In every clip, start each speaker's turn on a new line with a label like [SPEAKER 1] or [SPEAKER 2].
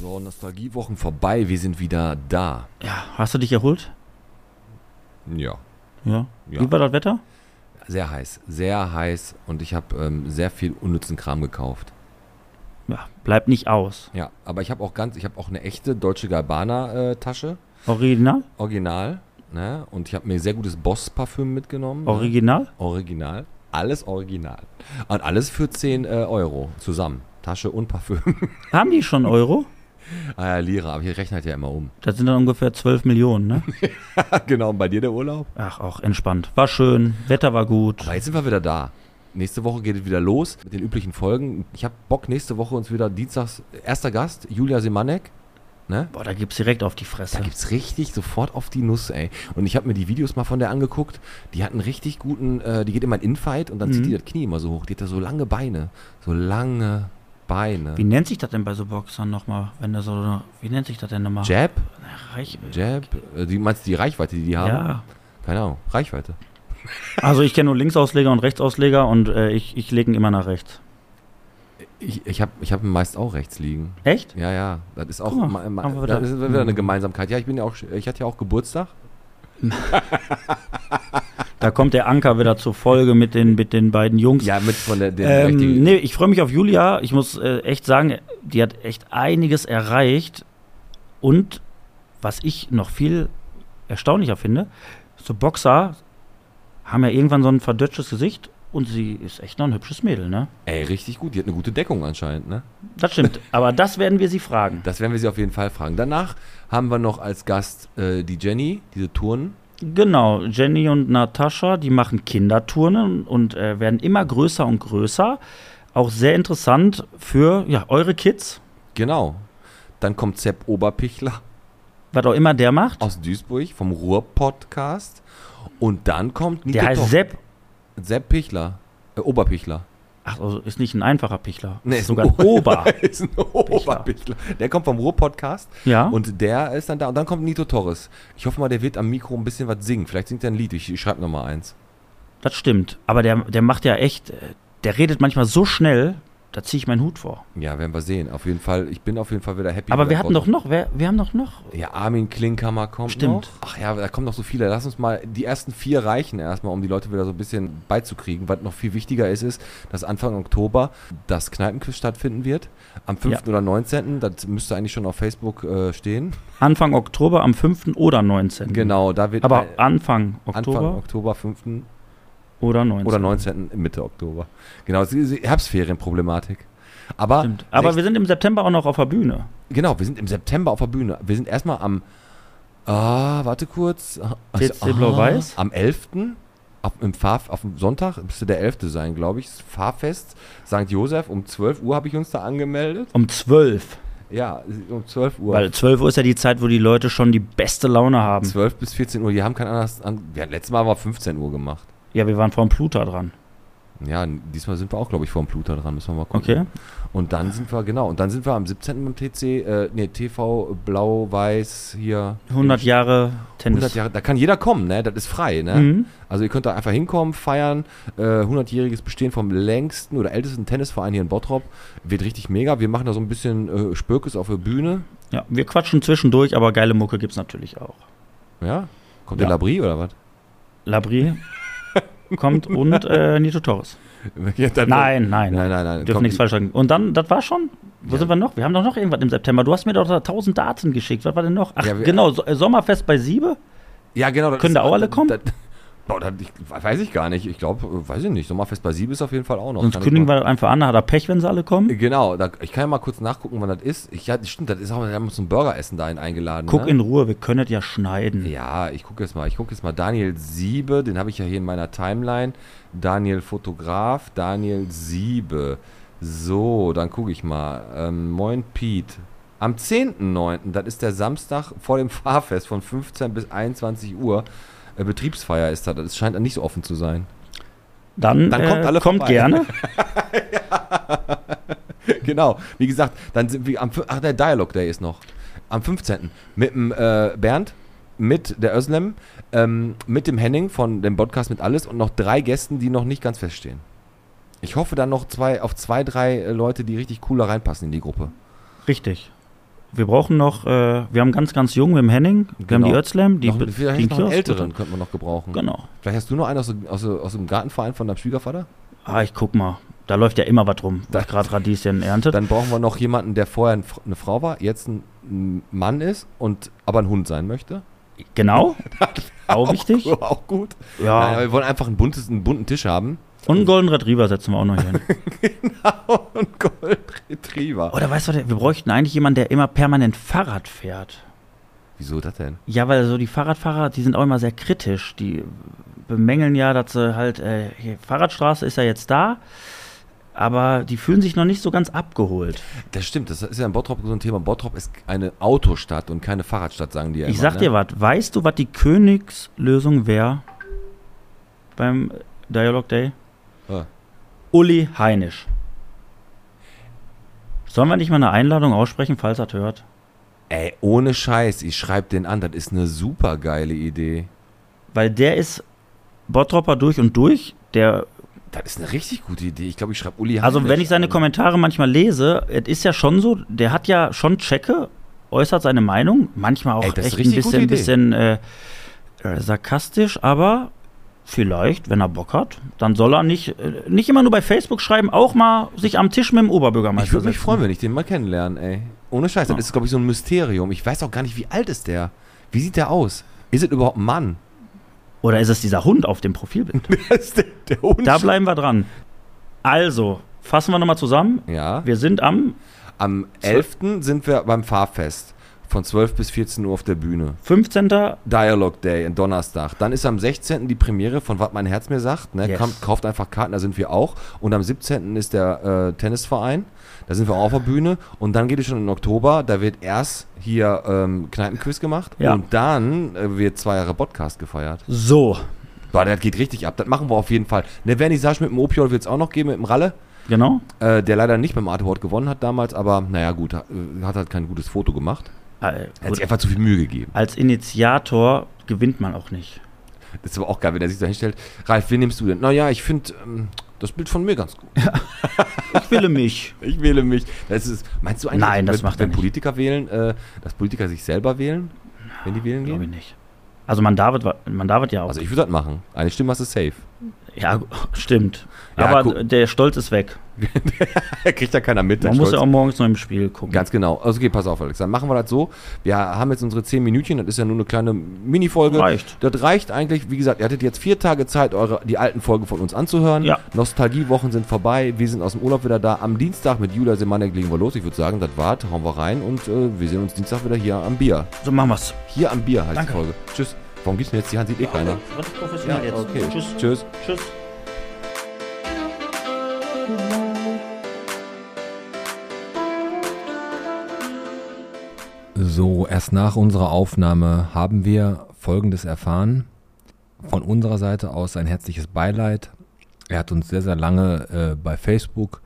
[SPEAKER 1] So, Nostalgiewochen vorbei, wir sind wieder da.
[SPEAKER 2] Ja, hast du dich erholt?
[SPEAKER 1] Ja,
[SPEAKER 2] Ja.
[SPEAKER 1] Ja.
[SPEAKER 2] Wie war das Wetter?
[SPEAKER 1] sehr heiß, sehr heiß und ich habe ähm, sehr viel unnützen Kram gekauft.
[SPEAKER 2] Ja, bleibt nicht aus.
[SPEAKER 1] Ja, aber ich habe auch ganz, ich habe auch eine echte deutsche Galbana äh, Tasche,
[SPEAKER 2] Original?
[SPEAKER 1] original, ne? Und ich habe mir sehr gutes Boss Parfüm mitgenommen. ne?
[SPEAKER 2] Original?
[SPEAKER 1] original, alles original. Und alles für 10 äh, Euro zusammen, Tasche und Parfüm.
[SPEAKER 2] Haben die schon Euro?
[SPEAKER 1] ah ja, Lira, aber hier rechnet ja immer um.
[SPEAKER 2] Das sind dann ungefähr 12 Millionen, ne?
[SPEAKER 1] genau, und bei dir der Urlaub?
[SPEAKER 2] Ach, auch entspannt. War schön, Wetter war gut.
[SPEAKER 1] Aber jetzt sind wir wieder da. Nächste Woche geht es wieder los mit den üblichen Folgen. Ich habe Bock, nächste Woche uns wieder dienstags erster Gast, Julia Simanek. Ne?
[SPEAKER 2] Boah, da gibt's direkt auf die
[SPEAKER 1] Da
[SPEAKER 2] Fresse.
[SPEAKER 1] gibt's richtig sofort auf die Nuss, ey. Und ich habe mir die Videos mal von der angeguckt. Die hat einen richtig guten, äh, die geht immer in Infight und dann
[SPEAKER 2] Mhm.
[SPEAKER 1] zieht die das Knie immer so hoch. Die hat da so lange Beine. So lange Beine.
[SPEAKER 2] Wie nennt sich das denn bei so Boxern nochmal? Wenn da so eine, wie nennt sich das denn nochmal?
[SPEAKER 1] Jab?
[SPEAKER 2] Reich-
[SPEAKER 1] Jab? Äh, die, meinst du die Reichweite, die die haben?
[SPEAKER 2] Ja.
[SPEAKER 1] Keine Ahnung. Reichweite.
[SPEAKER 2] Also ich kenne nur Linksausleger und Rechtsausleger und äh, ich, ich lege ihn immer nach rechts.
[SPEAKER 1] Ich, ich habe ich hab meist auch rechts liegen.
[SPEAKER 2] Echt?
[SPEAKER 1] Ja, ja, das ist auch
[SPEAKER 2] Guck mal,
[SPEAKER 1] ma- ma-
[SPEAKER 2] haben wir
[SPEAKER 1] das
[SPEAKER 2] wieder-
[SPEAKER 1] ist wieder eine Gemeinsamkeit. Ja, ich bin ja auch, ich hatte ja auch Geburtstag.
[SPEAKER 2] Da kommt der Anker wieder zur Folge mit den, mit den beiden Jungs.
[SPEAKER 1] Ja, mit von der, der
[SPEAKER 2] Ähm,
[SPEAKER 1] richtigen-
[SPEAKER 2] nee, ich freue mich auf Julia. Ich muss äh, echt sagen, die hat echt einiges erreicht. Und was ich noch viel erstaunlicher finde, so Boxer haben ja irgendwann so ein verdötschtes Gesicht und sie ist echt noch ein hübsches Mädel, ne?
[SPEAKER 1] Ey, richtig gut. Die hat eine gute Deckung anscheinend, ne?
[SPEAKER 2] Das stimmt. aber das werden wir sie fragen.
[SPEAKER 1] Das werden wir sie auf jeden Fall fragen. Danach haben wir noch als Gast äh, die Jenny, diese Touren.
[SPEAKER 2] Genau, Jenny und Natascha, die machen Kinderturnen und äh, werden immer größer und größer. Auch sehr interessant für ja, eure Kids,
[SPEAKER 1] Genau. Dann kommt Sepp Oberpichler
[SPEAKER 2] was auch immer der macht.
[SPEAKER 1] aus Duisburg vom Ruhr-Podcast. Und dann kommt Nico
[SPEAKER 2] Der heißt
[SPEAKER 1] Toch-
[SPEAKER 2] Sepp
[SPEAKER 1] Sepp Pichler. Äh, Oberpichler.
[SPEAKER 2] Ach, also ist nicht ein einfacher Pichler.
[SPEAKER 1] Nee,
[SPEAKER 2] ist
[SPEAKER 1] ist
[SPEAKER 2] sogar
[SPEAKER 1] ein
[SPEAKER 2] ein Ober.
[SPEAKER 1] ist ein Oberpichler. Der kommt vom Ruhr-Podcast.
[SPEAKER 2] Ja.
[SPEAKER 1] Und der ist dann da. Und dann kommt Nito Torres. Ich hoffe mal, der wird am Mikro ein bisschen was singen. Vielleicht singt er ein Lied. Ich, ich schreibe nochmal eins.
[SPEAKER 2] das stimmt. Aber der, der macht ja echt, äh, der redet manchmal so schnell, da ziehe ich meinen Hut vor.
[SPEAKER 1] Ja, werden wir sehen. Auf jeden Fall, ich bin auf jeden Fall wieder happy.
[SPEAKER 2] Aber
[SPEAKER 1] mit
[SPEAKER 2] wir
[SPEAKER 1] der
[SPEAKER 2] hatten doch
[SPEAKER 1] Folge.
[SPEAKER 2] noch, wer, wir haben doch noch.
[SPEAKER 1] Ja, Armin Klinkhammer kommt
[SPEAKER 2] Stimmt.
[SPEAKER 1] noch. Ach ja, da kommen noch so viele. Lass uns mal die ersten vier reichen erstmal, um die Leute wieder so ein bisschen beizukriegen. Was noch viel wichtiger ist, ist, dass Anfang Oktober das Kneipenquiz stattfinden wird. Am 5. oder 19. Das müsste eigentlich schon auf Facebook äh, stehen.
[SPEAKER 2] Anfang Oktober am 5. oder 19.
[SPEAKER 1] Genau, da wird
[SPEAKER 2] Mhm. Aber
[SPEAKER 1] äh,
[SPEAKER 2] Anfang Oktober
[SPEAKER 1] Anfang Oktober, 5.
[SPEAKER 2] oder 19.
[SPEAKER 1] Oder 19. Mitte Oktober. Genau, es ist die Herbstferienproblematik. Aber,
[SPEAKER 2] Stimmt. Aber wir sind im September auch noch auf der Bühne.
[SPEAKER 1] genau, wir sind im September auf der Bühne. Wir sind erstmal am, ah, warte kurz. Also, ah,
[SPEAKER 2] TSC Blau-Weiß?
[SPEAKER 1] Am 11. Auf, im Fahr, auf dem Sonntag müsste der 11. sein, glaube ich. Das Fahrfest St. Josef. Um 12 Uhr habe ich uns da angemeldet.
[SPEAKER 2] Um 12.
[SPEAKER 1] Ja, um 12 Uhr.
[SPEAKER 2] Weil 12 Uhr ist ja die Zeit, wo die Leute schon die beste Laune haben.
[SPEAKER 1] 12 bis 14 Uhr. Die haben kein anderes. An, wir hatten letztes Mal aber 15 Uhr gemacht.
[SPEAKER 2] Ja, wir waren vor dem Pluta dran.
[SPEAKER 1] Ja, diesmal sind wir auch, glaube ich, vor dem Pluto dran. Müssen wir mal gucken.
[SPEAKER 2] Okay.
[SPEAKER 1] Und dann sind wir, genau, und dann sind wir am 17. beim TC, äh, nee, TV Blau-Weiß hier.
[SPEAKER 2] 100 Jahre Tennis.
[SPEAKER 1] 100 Jahre, da kann jeder kommen, ne? Das ist frei, ne?
[SPEAKER 2] Mhm.
[SPEAKER 1] Also ihr könnt da einfach hinkommen, feiern. Äh, 100-jähriges Bestehen vom längsten oder ältesten Tennisverein hier in Bottrop. Wird richtig mega. Wir machen da so ein bisschen äh, Spökes auf der Bühne.
[SPEAKER 2] Ja, wir quatschen zwischendurch, aber geile Mucke gibt's natürlich auch.
[SPEAKER 1] Ja? Kommt
[SPEAKER 2] Ja.
[SPEAKER 1] der Labri oder was?
[SPEAKER 2] Labri kommt und äh, Nito Torres.
[SPEAKER 1] Ja, dann-
[SPEAKER 2] Nein, nein,
[SPEAKER 1] Also Nein,
[SPEAKER 2] nein.
[SPEAKER 1] nein, nein.
[SPEAKER 2] Dürfen
[SPEAKER 1] kommt
[SPEAKER 2] nichts falsch sagen. Und dann, das war schon. Wo
[SPEAKER 1] Ja.
[SPEAKER 2] sind wir noch? Wir haben doch noch irgendwas im September. Du hast mir doch da 1000 Daten geschickt. Was war denn noch? Ach,
[SPEAKER 1] Ja, wir-
[SPEAKER 2] genau. So, äh, Sommerfest bei Siebe.
[SPEAKER 1] Ja, genau. das
[SPEAKER 2] Können da auch alle
[SPEAKER 1] das-
[SPEAKER 2] kommen?
[SPEAKER 1] das- Boah, das, ich, weiß ich gar nicht. Ich glaube, weiß ich nicht. Sommerfest bei Sieb ist auf jeden Fall auch noch.
[SPEAKER 2] Sonst
[SPEAKER 1] Kann ich
[SPEAKER 2] kündigen
[SPEAKER 1] mal-
[SPEAKER 2] wir das einfach an. Da hat er Pech, wenn sie alle kommen.
[SPEAKER 1] Genau, da, ich kann ja mal kurz nachgucken, wann das ist. Ich, ja, stimmt, das ist auch, wir haben uns zum Burgeressen dahin eingeladen.
[SPEAKER 2] Guck
[SPEAKER 1] ne?
[SPEAKER 2] in Ruhe. Wir können das ja schneiden.
[SPEAKER 1] Ja, ich gucke jetzt mal. Ich gucke jetzt mal Daniel Siebe, den habe ich ja hier in meiner Timeline. Daniel Fotograf, Daniel Siebe. So, dann gucke ich mal. Ähm, Moin Pete. Am 10.9., das ist der Samstag vor dem Fahrfest von 15 bis 21 Uhr. Äh, Betriebsfeier ist da, das scheint dann nicht so offen zu sein.
[SPEAKER 2] Dann,
[SPEAKER 1] Dann
[SPEAKER 2] äh,
[SPEAKER 1] kommt
[SPEAKER 2] kommt,
[SPEAKER 1] alle vorbei.
[SPEAKER 2] gerne.
[SPEAKER 1] genau, wie gesagt, dann sind wir am. fün- Ach, der Dialog Day ist noch. Am 15. mit dem äh, Bernd, mit der Özlem, ähm, mit dem Henning von dem Podcast mit alles und noch drei Gästen, die noch nicht ganz feststehen. Ich hoffe dann noch zwei auf zwei, drei äh, Leute, die richtig cool da reinpassen in die Gruppe.
[SPEAKER 2] Richtig. Wir brauchen noch, äh, wir haben ganz, ganz jung mit dem Henning, wir
[SPEAKER 1] Genau.
[SPEAKER 2] haben die Özlem, die,
[SPEAKER 1] noch,
[SPEAKER 2] die
[SPEAKER 1] vielleicht
[SPEAKER 2] den
[SPEAKER 1] noch einen
[SPEAKER 2] Kiosk-
[SPEAKER 1] älteren könnte man noch gebrauchen.
[SPEAKER 2] Genau.
[SPEAKER 1] Vielleicht hast du noch einen aus, dem- aus, dem- aus dem Gartenverein von deinem Schwiegervater?
[SPEAKER 2] Ah, ich guck mal. Da läuft ja immer was rum,
[SPEAKER 1] Da-
[SPEAKER 2] was gerade Radieschen erntet.
[SPEAKER 1] Dann brauchen wir noch jemanden, der vorher ein Fr- eine Frau war, jetzt ein- ein Mann ist und aber ein Hund sein möchte.
[SPEAKER 2] genau. auch wichtig.
[SPEAKER 1] Auch, auch gut.
[SPEAKER 2] Ja.
[SPEAKER 1] Nein, aber wir wollen einfach ein buntes, einen bunten Tisch haben.
[SPEAKER 2] Und einen Golden Retriever setzen wir auch noch hin.
[SPEAKER 1] und Gold Retriever.
[SPEAKER 2] Oder weißt du, was, wir bräuchten eigentlich jemanden, der immer permanent Fahrrad fährt.
[SPEAKER 1] Wieso das denn?
[SPEAKER 2] Ja, weil so die Fahrradfahrer, die sind auch immer sehr kritisch. Die bemängeln ja, dass sie halt, äh, hier, Fahrradstraße ist ja jetzt da, aber die fühlen sich noch nicht so ganz abgeholt.
[SPEAKER 1] Das stimmt, das ist ja in Bottrop so ein Thema. Bottrop ist eine Autostadt und keine Fahrradstadt, sagen die ja
[SPEAKER 2] ich
[SPEAKER 1] immer,
[SPEAKER 2] sag
[SPEAKER 1] ne?
[SPEAKER 2] dir was, weißt du, was die Königslösung wäre beim Dialog Day?
[SPEAKER 1] Ja.
[SPEAKER 2] Uli Heinisch. Sollen wir nicht mal eine Einladung aussprechen, falls er das hört?
[SPEAKER 1] Ey, ohne Scheiß, ich schreib den an, das ist eine super geile Idee.
[SPEAKER 2] Weil der ist Bottropper durch und durch. Der,
[SPEAKER 1] Das ist eine richtig gute Idee. Ich glaube, ich schreibe Uli
[SPEAKER 2] also
[SPEAKER 1] Heinrich
[SPEAKER 2] wenn ich seine
[SPEAKER 1] an.
[SPEAKER 2] Kommentare manchmal lese, es ist ja schon so, der hat ja schon Checke, äußert seine Meinung, manchmal auch
[SPEAKER 1] Ey, das ist
[SPEAKER 2] echt ein
[SPEAKER 1] richtig gute
[SPEAKER 2] bisschen,
[SPEAKER 1] Idee.
[SPEAKER 2] bisschen äh, äh, sarkastisch, aber vielleicht, wenn er Bock hat, dann soll er nicht, äh, nicht immer nur bei Facebook schreiben, auch mal sich am Tisch mit dem Oberbürgermeister
[SPEAKER 1] Ich würde mich
[SPEAKER 2] setzen.
[SPEAKER 1] freuen, wenn ich den mal kennenlerne, ey. Ohne Scheiß,
[SPEAKER 2] Ja.
[SPEAKER 1] das ist, glaube ich, so ein Mysterium. Ich weiß auch gar nicht, wie alt ist der? Wie sieht der aus? Ist es überhaupt ein Mann?
[SPEAKER 2] Oder ist es dieser Hund auf dem Profilbild?
[SPEAKER 1] Das ist der, der Hund.
[SPEAKER 2] da bleiben wir dran. Also, fassen wir nochmal zusammen.
[SPEAKER 1] ja.
[SPEAKER 2] Wir sind am
[SPEAKER 1] Am 11. sind wir beim Fahrfest. Von 12 bis 14 Uhr auf der Bühne.
[SPEAKER 2] 15.
[SPEAKER 1] Dialog Day, ein Donnerstag. Dann ist am 16. die Premiere von Was mein Herz mir sagt. Ne?
[SPEAKER 2] Yes.
[SPEAKER 1] Kommt, kauft einfach Karten, da sind wir auch. Und am 17. ist der äh, Tennisverein. Da sind wir auch auf der Bühne. Und dann geht es schon in Oktober. Da wird erst hier ähm, Kneipenquiz gemacht.
[SPEAKER 2] Ja.
[SPEAKER 1] Und dann äh, wird zwei Jahre Podcast gefeiert.
[SPEAKER 2] So,
[SPEAKER 1] Boah, das geht richtig ab. Das machen wir auf jeden Fall. Ne, Eine Vernissage mit dem Opiol wird es auch noch geben, mit dem Ralle.
[SPEAKER 2] genau.
[SPEAKER 1] Äh, der leider nicht beim Art Award gewonnen hat damals. Aber naja, gut, hat, äh, hat halt kein gutes Foto gemacht.
[SPEAKER 2] Äh,
[SPEAKER 1] Hat
[SPEAKER 2] gut,
[SPEAKER 1] sich einfach zu viel Mühe gegeben.
[SPEAKER 2] Als Initiator gewinnt man auch nicht.
[SPEAKER 1] Das ist aber auch geil, wenn er sich da hinstellt. Ralf, wen nimmst du denn? Naja, ich finde ähm, das Bild von mir ganz gut.
[SPEAKER 2] Ich wähle mich.
[SPEAKER 1] Ich wähle mich. Das ist, meinst du eigentlich,
[SPEAKER 2] Nein, das
[SPEAKER 1] wenn,
[SPEAKER 2] macht er
[SPEAKER 1] wenn
[SPEAKER 2] nicht.
[SPEAKER 1] Politiker wählen, äh, dass Politiker sich selber wählen, wenn die wählen
[SPEAKER 2] Glaube ich
[SPEAKER 1] gehen?
[SPEAKER 2] nicht. Also man darf, es- man darf es ja auch.
[SPEAKER 1] Also ich würde das machen. Eine Stimme hast du safe.
[SPEAKER 2] ja, gu- stimmt.
[SPEAKER 1] Ja,
[SPEAKER 2] Aber
[SPEAKER 1] guck.
[SPEAKER 2] der Stolz ist weg.
[SPEAKER 1] Kriegt ja keiner mit.
[SPEAKER 2] Man
[SPEAKER 1] dein
[SPEAKER 2] muss ja
[SPEAKER 1] Stolz.
[SPEAKER 2] auch morgens noch im Spiel gucken.
[SPEAKER 1] Ganz genau. Also okay, pass auf, Alex. Dann machen wir das so. Wir haben jetzt unsere 10 Minütchen. Das ist ja nur eine kleine Minifolge.
[SPEAKER 2] Reicht.
[SPEAKER 1] Das reicht eigentlich. Wie gesagt, ihr hattet jetzt vier Tage Zeit, eure, die alten Folgen von uns anzuhören.
[SPEAKER 2] Ja.
[SPEAKER 1] Nostalgiewochen sind vorbei. Wir sind aus dem Urlaub wieder da. Am Dienstag mit Julia Semanek legen wir los. Ich würde sagen, das war's. Hauen wir rein und äh, wir sehen uns Dienstag wieder hier am Bier.
[SPEAKER 2] So machen wir's.
[SPEAKER 1] Hier am Bier heißt
[SPEAKER 2] Danke.
[SPEAKER 1] die Folge. Tschüss. Warum gibt's denn jetzt die Hand? Sieht eh keiner.
[SPEAKER 2] Das ist professionell jetzt. Tschüss.
[SPEAKER 1] Tschüss.
[SPEAKER 2] Tschüss.
[SPEAKER 3] So, erst nach unserer Aufnahme haben wir Folgendes erfahren. Von unserer Seite aus ein herzliches Beileid. Er hat uns sehr, sehr lange äh, bei Facebook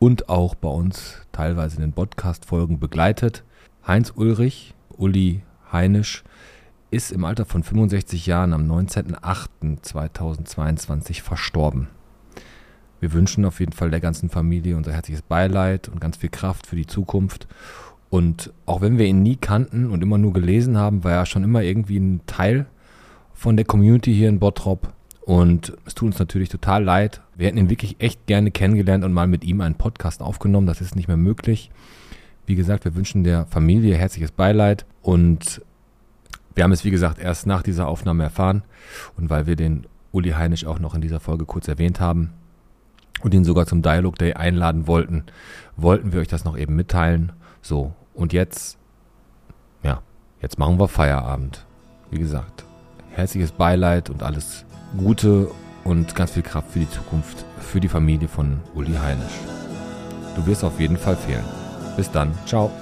[SPEAKER 3] und auch bei uns teilweise in den Podcast-Folgen begleitet. Heinz Ulrich, Uli Heinisch, ist im Alter von 65 Jahren am 19.08.2022 verstorben. Wir wünschen auf jeden Fall der ganzen Familie unser herzliches Beileid und ganz viel Kraft für die Zukunft. Und auch wenn wir ihn nie kannten und immer nur gelesen haben, war er schon immer irgendwie ein Teil von der Community hier in Bottrop. Und es tut uns natürlich total leid. Wir hätten ihn wirklich echt gerne kennengelernt und mal mit ihm einen Podcast aufgenommen. Das ist nicht mehr möglich. Wie gesagt, wir wünschen der Familie herzliches Beileid. Und wir haben es, wie gesagt, erst nach dieser Aufnahme erfahren. Und weil wir den Uli Heinisch auch noch in dieser Folge kurz erwähnt haben und ihn sogar zum Dialog Day einladen wollten, wollten wir euch das noch eben mitteilen. So, und jetzt, ja, jetzt machen wir Feierabend. Wie gesagt, herzliches Beileid und alles Gute und ganz viel Kraft für die Zukunft, für die Familie von Uli Heinisch. Du wirst auf jeden Fall fehlen. Bis dann, ciao.